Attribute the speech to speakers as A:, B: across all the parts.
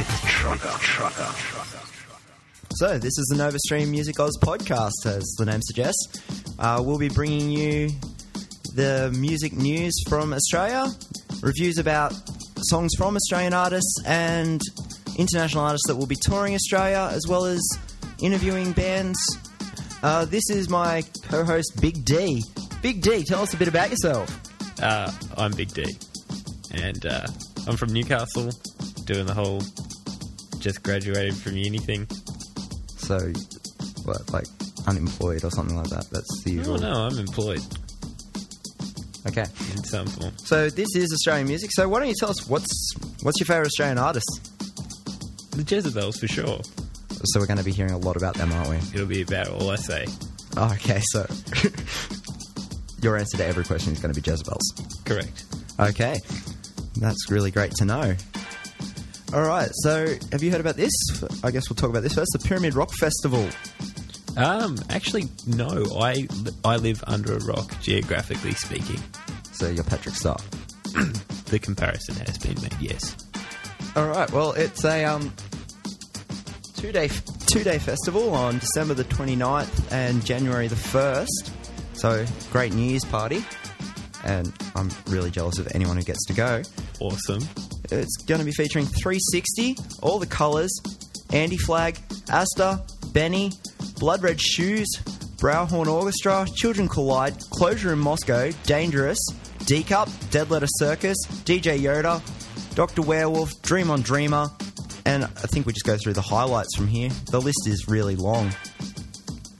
A: Trucker, trucker, trucker.
B: So, this is the Nova Stream Music Oz podcast, as the name suggests. Uh, we'll be bringing you the music news from Australia, reviews about songs from Australian artists and international artists that will be touring Australia, as well as interviewing bands. Uh, this is my co host, Big D. Big D, tell us a bit about yourself.
C: Uh, I'm Big D, and uh, I'm from Newcastle, doing the whole just graduated from uni thing.
B: So, what, like unemployed or something like that? That's the
C: Oh no, I'm employed
B: Okay.
C: in some form.
B: So, this is Australian music. So, why don't you tell us what's what's your favourite Australian artist?
C: The Jezebels for sure.
B: So, we're going to be hearing a lot about them, aren't we?
C: It'll be about all I say.
B: Oh, okay, so your answer to every question is going to be Jezebel's.
C: Correct.
B: Okay, that's really great to know. All right, so have you heard about this? I guess we'll talk about this first. The Pyramid Rock Festival.
C: Um, actually, no. I I live under a rock, geographically speaking.
B: So you're Patrick Star.
C: The comparison has been made. Yes.
B: All right, well, it's a um, two day two day festival on December the 29th and January the 1st. So great New Year's party, and I'm really jealous of anyone who gets to go.
C: Awesome.
B: It's going to be featuring 360, all the colours, Andy Flag, Asta, Benny, Blood Red Shoes, Browhorn Orchestra, Children Collide, Closure in Moscow, Dangerous, D Cup, Dead Letter Circus, DJ Yoda, Dr. Werewolf, Dream on Dreamer, and I think we just go through the highlights from here. The list is really long.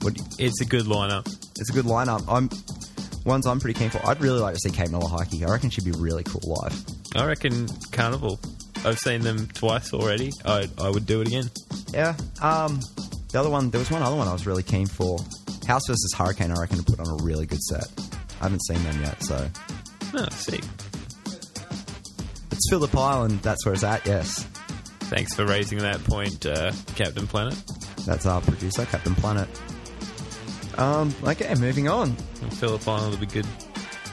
B: What,
C: It's a good lineup.
B: it's a good lineup. I'm ones I'm pretty keen for. I'd really like to see Kate Malahiki. I reckon she'd be really cool live.
C: I reckon Carnival. I've seen them twice already. I I would do it again.
B: Yeah. Um, the other one, there was one other one I was really keen for. House versus Hurricane, I reckon, to put on a really good set. I haven't seen them yet, so
C: Oh, see.
B: it's Phillip Island. That's where it's at. Yes,
C: Thanks for raising that point, uh, Captain Planet.
B: that's our producer, Captain Planet. Um, okay, moving on.
C: And Phillip Island will be good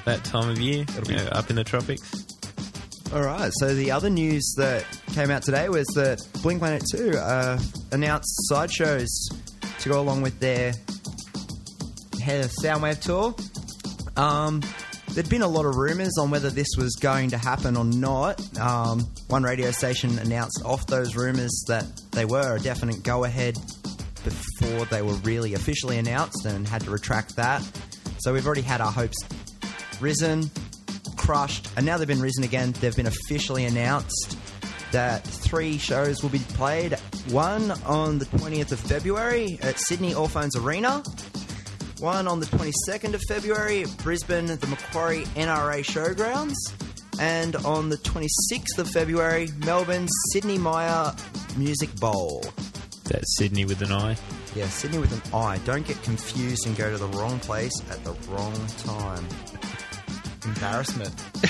C: that time of year. It'll
B: be-
C: be up in the tropics.
B: All right. So the other news that came out today was that Blink Planet Two uh, announced sideshows to go along with their Head of Soundwave tour. Um, there'd been a lot of rumours on whether this was going to happen or not. Um, one radio station announced off those rumours that they were a definite go ahead before they were really officially announced and had to retract that. So we've already had our hopes risen, crushed, and now they've been risen again. They've been officially announced that three shows will be played. One on the 20th of February at Sydney Orphones Arena. One on the 22nd of February at Brisbane, the Macquarie NRA Showgrounds. And on the 26th of February, Melbourne Sydney Meyer Music Bowl.
C: That's Sydney with an eye.
B: Yeah, Sydney with an I. Don't get confused and go to the wrong place at the wrong time. Embarrassment.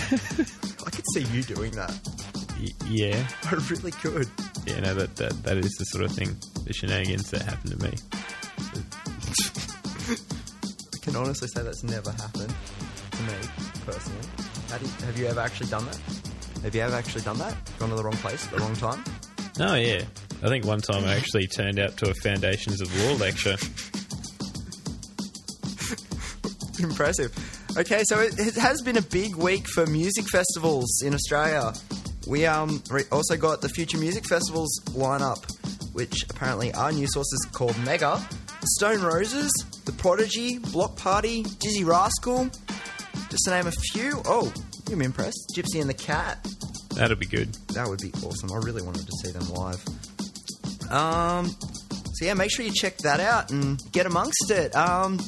B: I could see you doing that.
C: Y- yeah,
B: I really could.
C: yeah. No, that, that that is the sort of thing, the shenanigans that happened to me.
B: I can honestly say that's never happened to me personally. Have you, have you ever actually done that? Have you ever actually done that? Gone to the wrong place at the wrong time?
C: Oh yeah, I think one time I actually turned out to a Foundations of Law lecture.
B: Impressive. Okay, so it, it has been a big week for music festivals in Australia. We um, re- also got the Future Music Festival's lineup, which apparently our new sources called Mega, Stone Roses, The Prodigy, Block Party, Dizzy Rascal, just to name a few. Oh, I'm impressed. Gypsy and the Cat.
C: That'll be good.
B: That would be awesome. I really wanted to see them live. Um, so yeah, make sure you check that out and get amongst it. Um,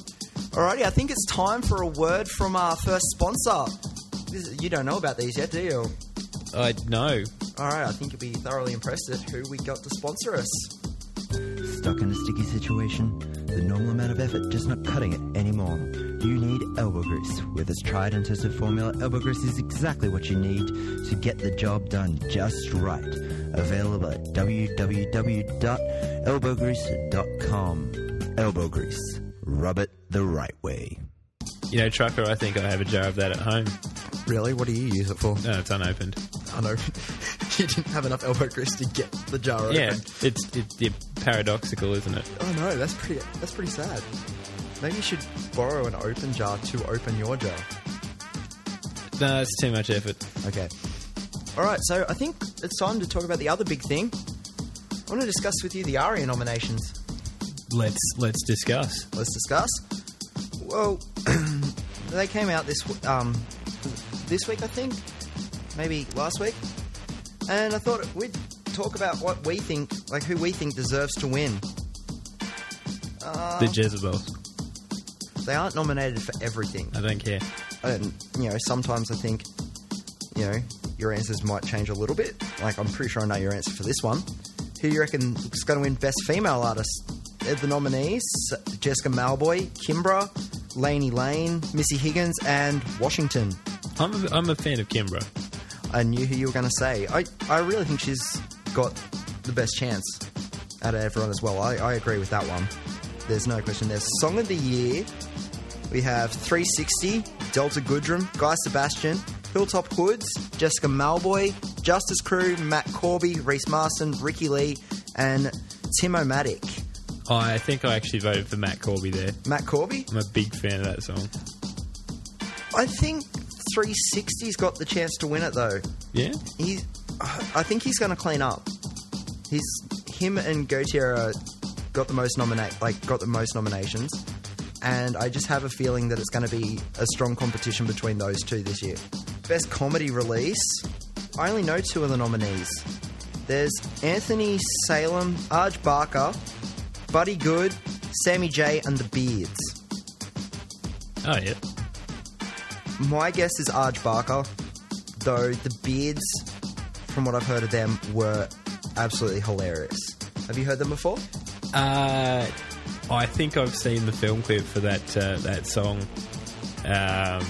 B: alrighty, I think it's time for a word from our first sponsor. This, you don't know about these yet, do you?
C: I know.
B: All right, I think you'll be thoroughly impressed at who we got to sponsor us.
D: Stuck in a sticky situation? The normal amount of effort just not cutting it anymore. You need elbow grease. With its tried and tested formula, elbow grease is exactly what you need to get the job done just right. Available at www.elbowgrease.com. Elbow grease. Rub it the right way.
C: You know, trucker. I think I have a jar of that at home.
B: Really? What do you use it for?
C: No, it's unopened.
B: I know.
D: you didn't have enough elbow grease to get the jar open.
C: Yeah, it's, it's it's paradoxical, isn't it?
D: Oh no, that's pretty. That's pretty sad. Maybe you should borrow an open jar to open your jar.
C: No, it's too much effort.
B: Okay. All right, so I think it's time to talk about the other big thing. I want to discuss with you the ARIA nominations.
C: Let's let's discuss.
B: Let's discuss. Well, they came out this w- um, this week, I think, maybe last week, and I thought we'd talk about what we think, like who we think deserves to win.
C: the Jezebels.
B: They aren't nominated for everything,
C: I don't care.
B: and you know sometimes I think, you know, your answers might change a little bit. Like I'm pretty sure I know your answer for this one. Who do you reckon is going to win Best Female Artist? They're the nominees: Jessica Malboy, Kimbra, Lainey Lane, Missy Higgins, and Washington.
C: I'm a, I'm a fan of Kimbra.
B: I knew who you were going to say. I, I really think she's got the best chance out of everyone as well. I, I agree with that one. There's no question there. Song of the Year, we have 360, Delta Goodrum, Guy Sebastian, Hilltop Hoods, Jessica Malboy, Justice Crew, Matt Corby, Reese Marston, Ricky Lee, and Tim O'Matic.
C: I think I actually voted for Matt Corby there.
B: Matt Corby?
C: I'm a big fan of that song.
B: I think 360's got the chance to win it though.
C: Yeah,
B: He's, I think he's going to clean up. He's him and Gotera got the most nominate, like got the most nominations, and I just have a feeling that it's going to be a strong competition between those two this year. Best comedy release. I only know two of the nominees. There's Anthony Salem, Arj Barker, Buddy Good, Sammy J, and the Beards.
C: oh yeah.
B: My guess is Arj Barker, though the beards, from what I've heard of them, were absolutely hilarious. Have you heard them before?
C: Uh, I think I've seen the film clip for that uh, that song. Um,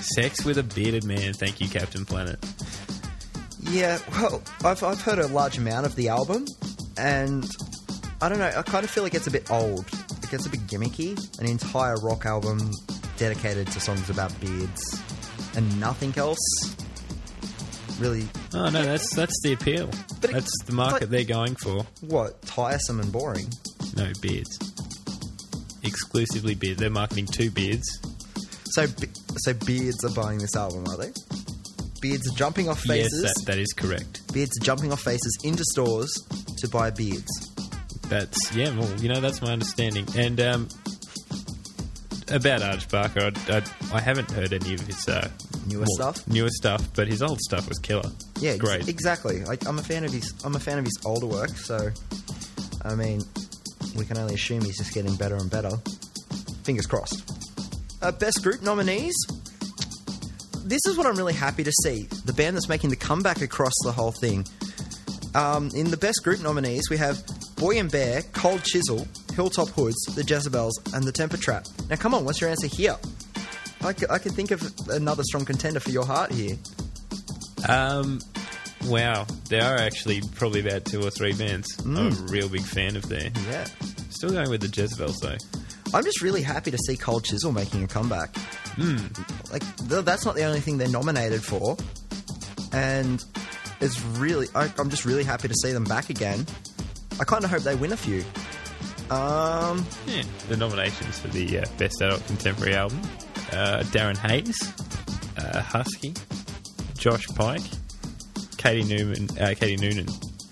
C: Sex with a bearded man. Thank you, Captain Planet.
B: Yeah, well, I've, I've heard a large amount of the album, and I don't know, I kind of feel it gets a bit old. It gets a bit gimmicky. An entire rock album dedicated to songs about beards and nothing else. Really,
C: Oh no, that's that's the appeal.
B: But it-
C: that's the market
B: but-
C: they're going for.
B: what, tiresome and boring.
C: No beards. Exclusively beards. They're marketing two beards.
B: So, be- so beards are buying this album, are they? Beards are jumping off faces.
C: Yes, that, that is correct.
B: Beards are jumping off faces into stores to buy beards.
C: That's yeah. Well, you know, that's my understanding. And um, about Arj Barker, I, I, I haven't heard any of his uh,
B: Newer stuff?
C: Newer stuff, but his old stuff was killer.
B: Yeah, ex-
C: great.
B: exactly. Like, I'm a fan of his. I'm a fan of his older work. So, I mean, we can only assume he's just getting better and better. Fingers crossed. Uh, best group nominees. This is what I'm really happy to see. The band that's making the comeback across the whole thing. Um, in the best group nominees, we have Boy and Bear, Cold Chisel, Hilltop Hoods, The Jezebels, and The Temper Trap. Now, come on, what's your answer here? I c- I can think of another strong contender for your heart here.
C: Um, wow, there are actually probably about two or three bands.
B: Mm.
C: I'm a real big fan of there.
B: Yeah.
C: Still going with the Jezebels though.
B: I'm just really happy to see Cold Chisel making a comeback. Hmm. Like th- that's not the only thing they're nominated for, and it's really I, I'm just really happy to see them back again. I kind of hope they win a few. Um,
C: Yeah, the nominations for the uh, best adult contemporary album: uh, Darren Hayes, uh, Husky, Josh Pike, Katie Newman, uh, Katie Noonan,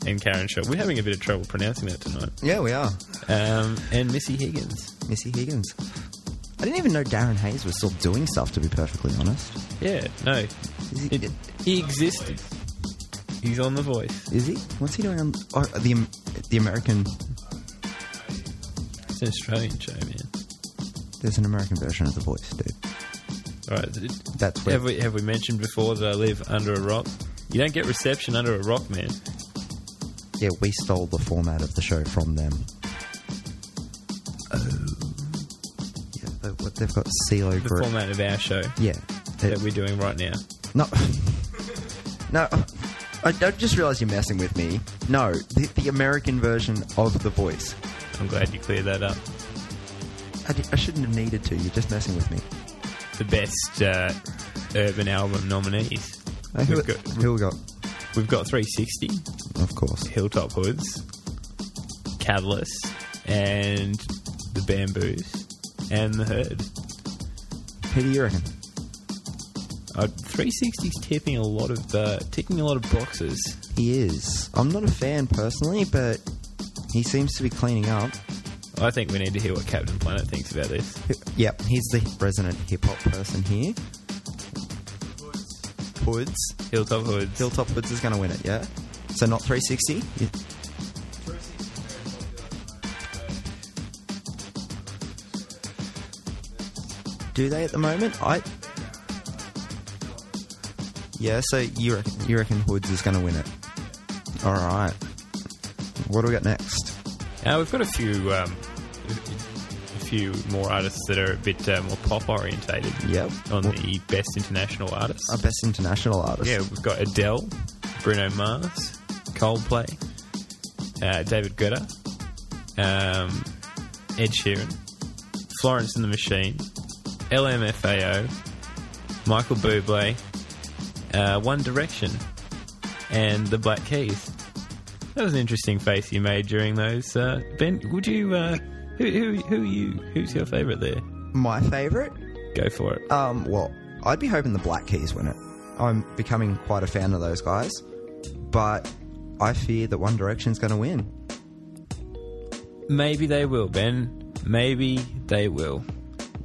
C: and Karen Shaw. We're having a bit of trouble pronouncing that tonight.
B: yeah, we are.
C: Um, and Missy Higgins.
B: Missy Higgins. I didn't even know Darren Hayes was still doing stuff. To be perfectly honest,
C: Yeah, no,
B: is he?
C: it, he existed. He's on the voice.
B: Is he? What's he doing on or the Am- the American?
C: It's an Australian show, man.
B: There's an American version of The Voice, dude.
C: All right, it-
B: That's where
C: have we have we mentioned before that I live under a rock? You don't get reception under a rock, man.
B: Yeah, we stole the format of the show from them. Oh.
C: Oh.
B: Yeah, they, what, they've got CeeLo
C: The
B: Green.
C: format of our show
B: Yeah. They-
C: that we're doing right now.
B: no. no. I, I just realised you're messing with me. No, the, the American version of The Voice.
C: I'm glad you cleared that up.
B: I, di- I shouldn't have needed to. You're just messing with me.
C: the best uh, urban album nominees.
B: Uh, who,
C: We've got
B: who we got?
C: We've got 360,
B: Of course.
C: Hilltop Hoods, Catalyst, and the Bamboos, and the Herd.
B: Who do you reckon?
C: Uh, 360's tipping a lot of uh, ticking a lot of boxes.
B: He is. I'm not a fan personally, but he seems to be cleaning up.
C: I think we need to hear what Captain Planet thinks about this.
B: Yep, he's the resident hip hop person here. Woods.
C: Hilltop Hoods.
B: Hilltop Woods is going to win it, yeah? So not 360? Yeah. Do they at the moment? I. Yeah, so you reckon, you reckon Woods is going to win it? All right. What do we got next?
C: Uh, we've got a few, um, a few more artists that are a bit uh, more pop orientated.
B: Yep.
C: On the best international artists.
B: Our best international artist.
C: Yeah, we've got Adele, Bruno Mars, Coldplay, uh, David Guetta, um, Ed Sheeran, Florence and the Machine, LMFAO, Michael Bublé, uh, One Direction, and the Black Keys. That was an interesting face you made during those. Uh, ben, would you? Uh, who, who, who are you? Who's your favourite there?
B: My favourite?
C: Go for it.
B: Um, well, I'd be hoping the Black Keys win it. I'm becoming quite a fan of those guys, but I fear that One Direction's going to win.
C: Maybe they will, Ben. Maybe they will.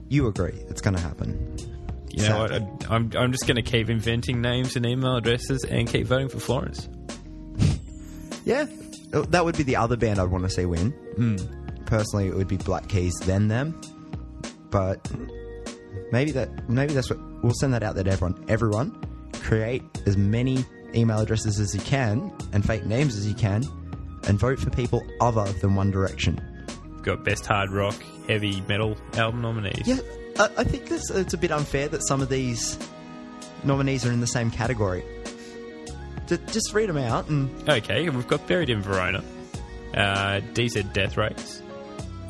B: You agree? It's going to happen.
C: You know what? I, I'm, I'm just going to keep inventing names and email addresses and keep voting for Florence.
B: Yeah, Uh, that would be the other band I'd want to see win. Personally, it would be Black Keys then them, but maybe that maybe that's what we'll send that out there to everyone. Everyone, create as many email addresses as you can and fake names as you can, and vote for people other than One Direction.
C: We've got best hard rock, heavy metal album nominees.
B: Yeah, I, I think this, it's a bit unfair that some of these nominees are in the same category. Ju- Just read them out, and
C: Okay, we've got Buried in Verona, uh, DZ Death Race,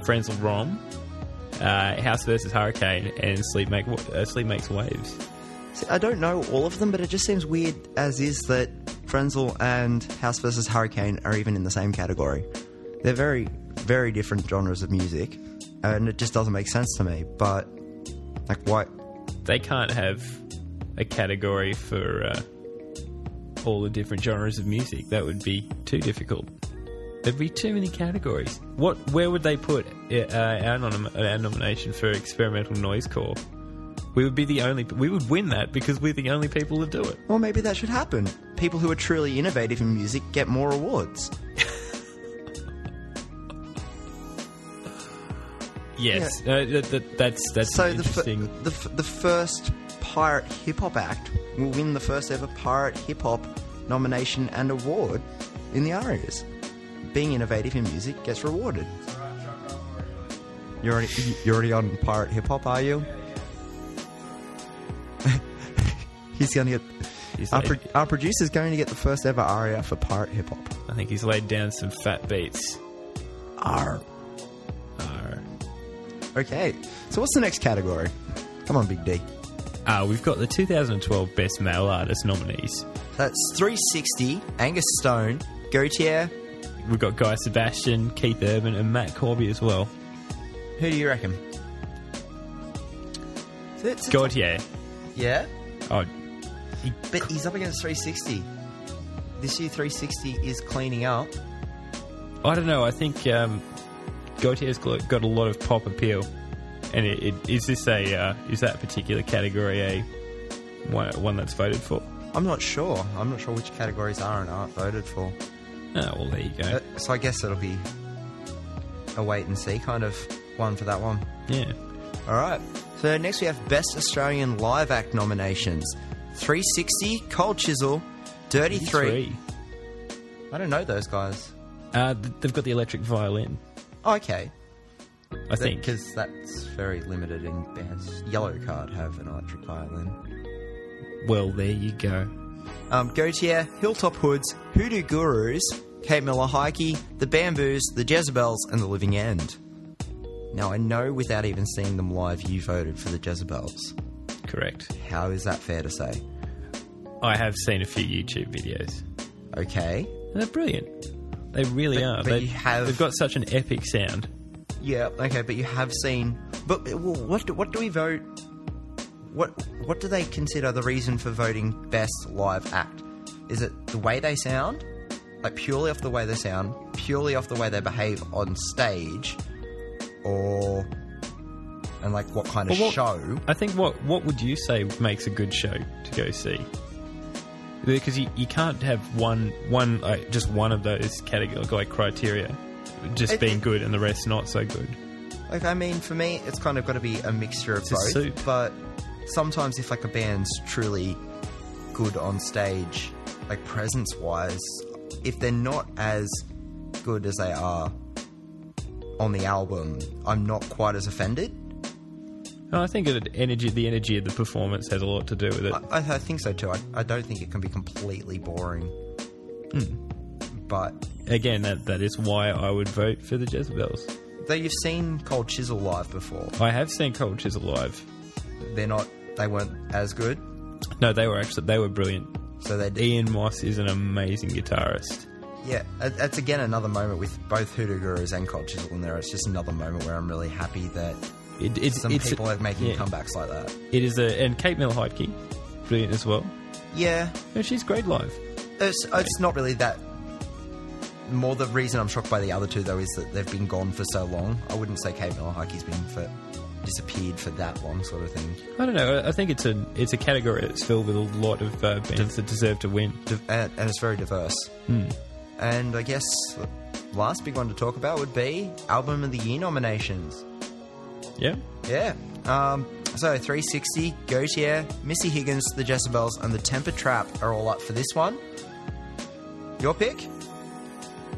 C: Friends of Rom, uh, House versus Hurricane, and Sleep, Make, uh, Sleep Makes Waves.
B: see, I don't know all of them, but it just seems weird as is that Frenzel and House versus Hurricane are even in the same category. They're very, very different genres of music, and it just doesn't make sense to me. But like, why?
C: They can't have a category for uh, all the different genres of music. That would be too difficult. There'd be too many categories. What? Where would they put uh, our, nom- our nomination for experimental noise core? We would be the only. We would win that because we're the only people that do it.
B: Well, maybe that should happen. People who are truly innovative in music get more awards.
C: Yes, uh, that, that, that's that's
B: So
C: an
B: the, f-
C: interesting.
B: the f- the first pirate hip hop act will win the first ever pirate hip hop nomination and award in the Arias. Being innovative in music gets rewarded. You're already, you're already on pirate hip hop, are you? He's going to get
C: He's
B: our,
C: laid-
B: pro- our producer's going to get the first ever aria for pirate hip hop.
C: I think he's laid down some fat beats. Uh,
B: R.
C: Arr.
B: Okay, so what's the next category? Come on, Big D.
C: Uh, we've got the 2012 Best Male Artist nominees.
B: That's 360. Angus Stone, Gautier.
C: We've got Guy Sebastian, Keith Urban, and Matt Corby as well.
B: Who do you reckon? That's a-
C: Gautier.
B: yeah,
C: Oh,
B: but he's up against 360. This year, 360 is cleaning up.
C: I don't know. I think um, Gautier's gl- got a lot of pop appeal. And it, it, is this a uh, is that particular category a one, one that's voted for?
B: I'm not sure. I'm not sure which categories R and aren't voted for.
C: Oh, well, there you go.
B: Uh, so I guess it'll be a wait and see kind of one for that one.
C: yeah.
B: All right. So next we have Best Australian Live Act nominations: 360, Cold Chisel, Dirty E
C: E
B: Three. I don't know those guys.
C: Uh, th- they've got the electric violin,
B: Okay,
C: I think.
B: because that's very limited in bands. Yellow Card have an electric violin.
C: Well, there you go.
B: Um, Gautier, Hilltop Hoods, Hoodoo Gurus, Kate Miller Hikey, The Bamboos, The Jezebels, and The Living End. Now I know without even seeing them live, you voted for the Jezebels.
C: Correct.
B: How is that fair to say?
C: I have seen a few YouTube videos.
B: Okay.
C: They're brilliant. They really
B: But-
C: are.
B: but
C: they,
B: you have-
C: They've got such an epic sound.
B: Yeah. Okay. But you have seen. But uh, well, what do, what do we vote? What what do they consider the reason for voting best live act? Is it the way they sound, like purely off the way they sound, purely off the way they behave on stage, or and like what kind of
C: Well, what-
B: show?
C: I think what what would you say makes a good show to go see? Because you, you can't have one one like just one of those category like criteria just
B: It-
C: being
B: it-
C: good and the rest not so good.
B: Like, I mean, for me, it's kind of got to be a mixture of
C: a
B: both.
C: soup.
B: But sometimes, if like a band's truly good on stage, like presence wise, if they're not as good as they are on the album, I'm not quite as offended.
C: No, I think it energy the energy of the performance has a lot to do with it.
B: I, I, I think so too. I, I don't think it can be completely boring. But
C: Again, that that is why I would vote for the Jezebels.
B: though you've seen Cold Chisel live before,
C: I have seen Cold Chisel live.
B: they're not. They weren't as good.
C: No, they were actually they were brilliant.
B: So they did.
C: Ian Moss is an amazing guitarist.
B: Yeah, that- that's again another moment with both Hoodoo Gurus and Cold Chisel in there. It's just another moment where I'm really happy that
C: It, it's,
B: some
C: it's-
B: people are making
C: yeah.
B: comebacks like that.
C: It is a and Kate Mill Heidke, brilliant as well.
B: Yeah,
C: No, she's great live.
B: it's, it's not really that. More the reason I'm shocked by the other two though is that they've been gone for so long. I wouldn't say Kate Miller Heike's been for disappeared for that long, sort of thing.
C: I don't know. I- I think it's a it's a category that's filled with a lot of uh, bands that deserve to win.
B: And, and it's very diverse.
C: Hmm.
B: And I guess the last big one to talk about would be album of the year nominations.
C: Yeah,
B: Yeah. Um, so 360, Gautier, Missy Higgins, the Jezebels, and the Temper Trap are all up for this one. Your pick?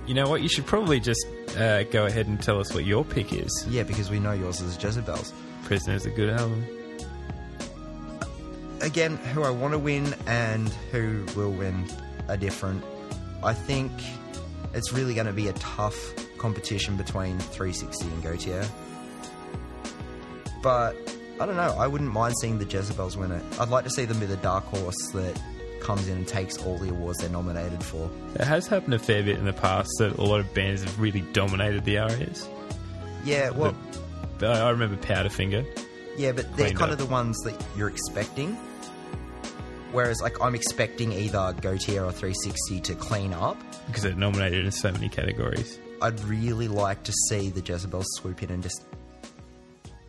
C: you know what? You should probably just uh, go ahead and tell us what your pick is.
B: Yeah, because we know yours is Jezebels.
C: Prisoner is a good album.
B: Again, who I want to win and who will win are different. I think it's really going to be a tough competition between 360 and Gautier. But I don't know. I wouldn't mind seeing the Jezebels win it. I'd like to see them be the dark horse that comes in and takes all the awards they're nominated for.
C: It has happened a fair bit in the past that a lot of bands have really dominated the areas.
B: Yeah, well,
C: But I I remember Powderfinger.
B: yeah, but they're
C: Cleaned
B: kind
C: up.
B: of the ones that you're expecting. Whereas, like, I'm expecting either Gautier or 360 to clean up.
C: because they're nominated in so many categories.
B: I'd really like to see the Jezebels swoop in and just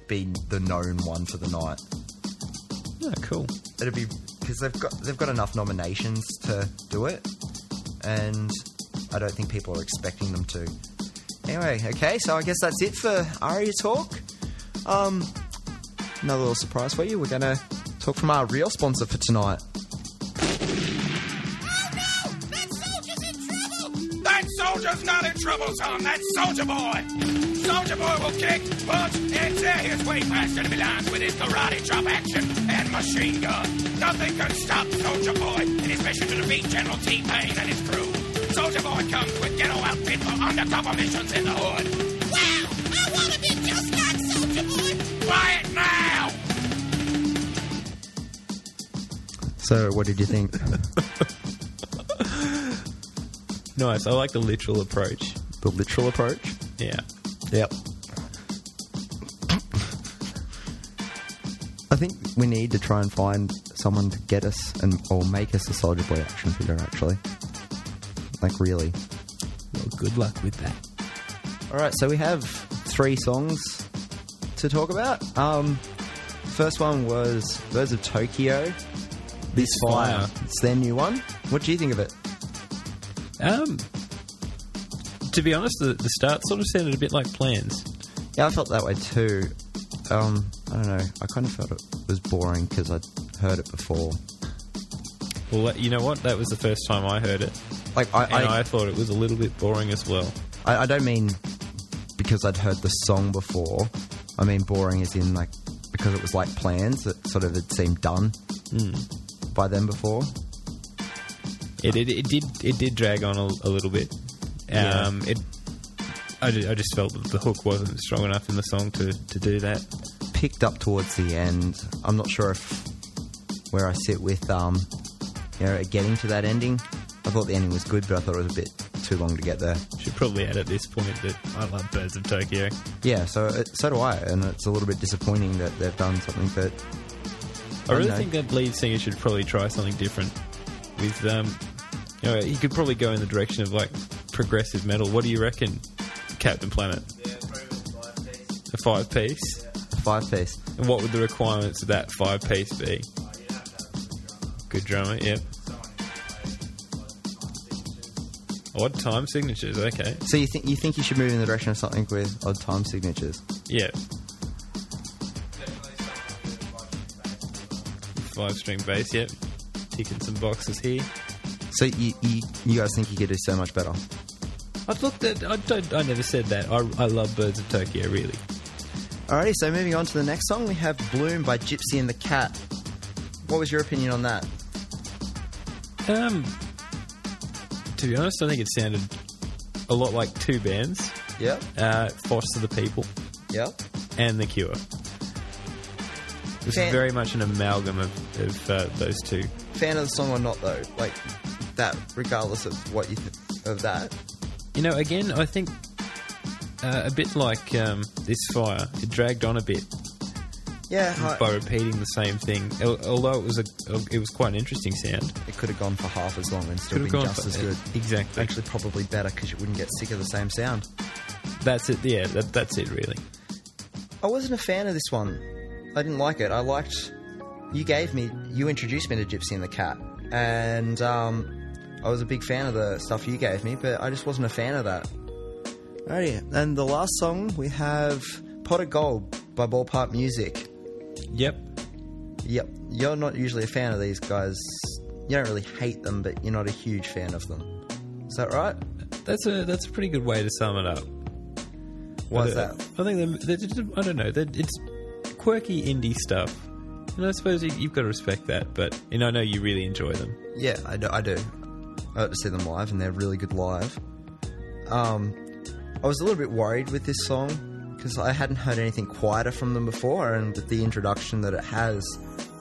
B: be the known one for the night.
C: Oh, cool.
B: It'd be because they've got they've got enough nominations to do it, and I don't think people are expecting them to. Anyway, okay, so I guess that's it for Aria talk. Um, another little surprise for you. We're gonna talk from our real sponsor for tonight.
A: That soldier's not in trouble, son. That soldier boy. Soldier boy will kick, punch, and tear his way past enemy lines with his karate chop action and machine gun. Nothing can stop Soldier Boy in his mission to defeat General T-Pain and his crew. Soldier Boy comes with ghetto outfit for undercover missions in the hood. Wow! I want to be just like Soldier Boy. Buy it now!
B: So, what did you think?
C: Nice. I like the literal approach.
B: the literal approach.
C: Yeah.
B: Yep. I think we need to try and find someone to get us and or make us a Soldier Boy action figure. Actually, like really.
C: Well, good luck with that.
B: All right, so we have three songs to talk about. Um, first one was Birds of Tokyo. This
C: Fire.
B: It's their new one. What do you think of it?
C: Um, to be honest, the, the start sort of sounded a bit like plans.
B: Yeah, I felt that way too. Um, I don't know. I kind of felt it was boring because I'd heard it before.
C: Well, that- you know what? That was the first time I heard it,
B: Like I,
C: and I, thought it was a little bit boring as well.
B: I, I don't mean because I'd heard the song before. I mean boring is in like because it was like plans that sort of had seemed done by them before.
C: It, it, it did it did drag on a, a little bit.
B: Yeah.
C: Um, it. I ju- I just, felt that the hook wasn't strong enough in the song to, to do that.
B: Picked up towards the end. I'm not sure if where I sit with um, you know, getting to that ending. I thought the ending was good, but I thought it was a bit too long to get there.
C: Should probably add at this point that I love Birds of Tokyo.
B: Yeah, so uh, so do I, and it's a little bit disappointing that they've done something that
C: I really
B: know.
C: think that lead singer should probably try something different. With um, you know, he could probably go in the direction of like progressive metal. What do you reckon, Captain Planet? A five piece.
B: five piece.
C: And what would the requirements of that five piece be? Good drummer, yep. Odd time signatures, okay.
B: So you think you think you should move in the direction of something with odd time signatures?
C: Yeah. Five string bass, yep. Ticking some boxes here.
B: So you, you you guys think you could do so much better?
C: I've looked at. I don't. I never said that. I, I love Birds of Tokyo. Really,
B: Alrighty, so moving on to the next song, we have Bloom by Gypsy and the Cat. What was your opinion on that?
C: Um, to be honest, I think it sounded a lot like two bands:
B: Yep,
C: uh, Foster the People
B: yep.
C: and The Cure. This
B: Fan-
C: is very much an amalgam of, of uh, those two.
B: Fan of the song or not though, like that, regardless of what you th- of that.
C: You know, again, I think uh, a bit like um, this fire, it dragged on a bit
B: Yeah, I-
C: by repeating the same thing. Al- Although it was a, it was quite an interesting sound.
B: it could have gone for half as long and still been
C: Could've gone
B: just
C: for-
B: as good.
C: Exactly.
B: Actually, probably better because you wouldn't get sick of the same sound.
C: That's it. Yeah, that, that's it. Really.
B: I wasn't a fan of this one. I didn't like it. I liked. You gave me. You introduced me to Gypsy and the Cat, and um, I was a big fan of the stuff you gave me, but I just wasn't a fan of that. Alrighty, and the last song we have "Pot of Gold" by Ballpark Music.
C: Yep.
B: Yep, you're not usually a fan of these guys. You don't really hate them, but you're not a huge fan of them. Is that right?
C: That's a that's a pretty good way to sum it up.
B: Why is
C: I-
B: that?
C: I think they're, they're just, I don't know. They're, it's quirky indie stuff, and I suppose you, you've got to respect that. But and I know you really enjoy them.
B: Yeah, I do. I do. I got to see them live, and they're really good live. Um, I was a little bit worried with this song because I hadn't heard anything quieter from them before, and with the introduction that it has,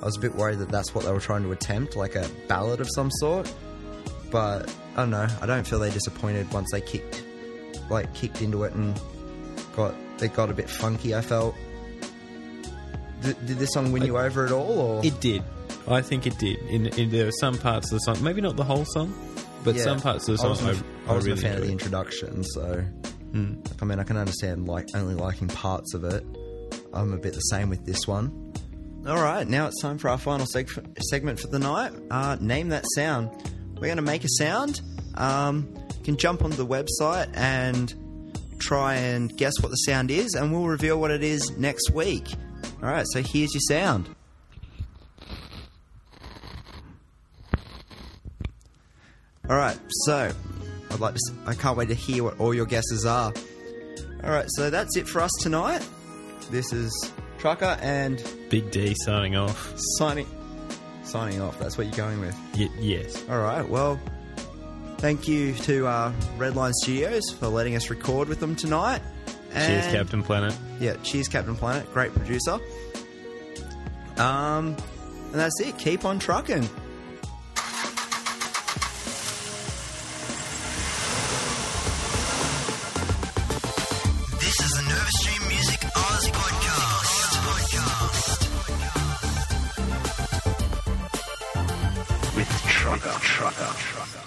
B: I was a bit worried that that's what they were trying to attempt, like a ballad of some sort. But I don't know. I don't feel they disappointed once they kicked, like kicked into it and got they got a bit funky. I felt. Did, did this song win you over at all? Or
C: It did. I think it did. In, in there are some parts of the song, maybe not the whole song, but
B: Yeah.
C: some parts of the
B: I
C: song.
B: wasn't, a f-
C: I,
B: I wasn't
C: really
B: a fan of the
C: enjoyed. Hmm.
B: introduction, so like, I mean, I can understand like only liking parts of it. I'm a bit the same with this one. All right, now it's time for our final seg- segment for the night. Uh, name that sound. We're going to make a sound. Um, you can jump onto the website and try and guess what the sound is, and we'll reveal what it is next week. All right, so here's your sound. All right, so I'd like to. s- I can't wait to hear what all your guesses are. All right, so that's it for us tonight. This is Trucker and
C: Big D signing off.
B: signing signing off. That's what you're going with.
C: Y- yes.
B: All right. Well, thank you to uh, Redline Studios for letting us record with them tonight.
C: Cheers,
B: And-
C: Captain Planet.
B: yeah, cheers, Captain Planet. Great producer. Um, and that's it. Keep on trucking. This is the Nervous Stream Music Oz podcast.
E: with Trucker, Trucker, Trucker.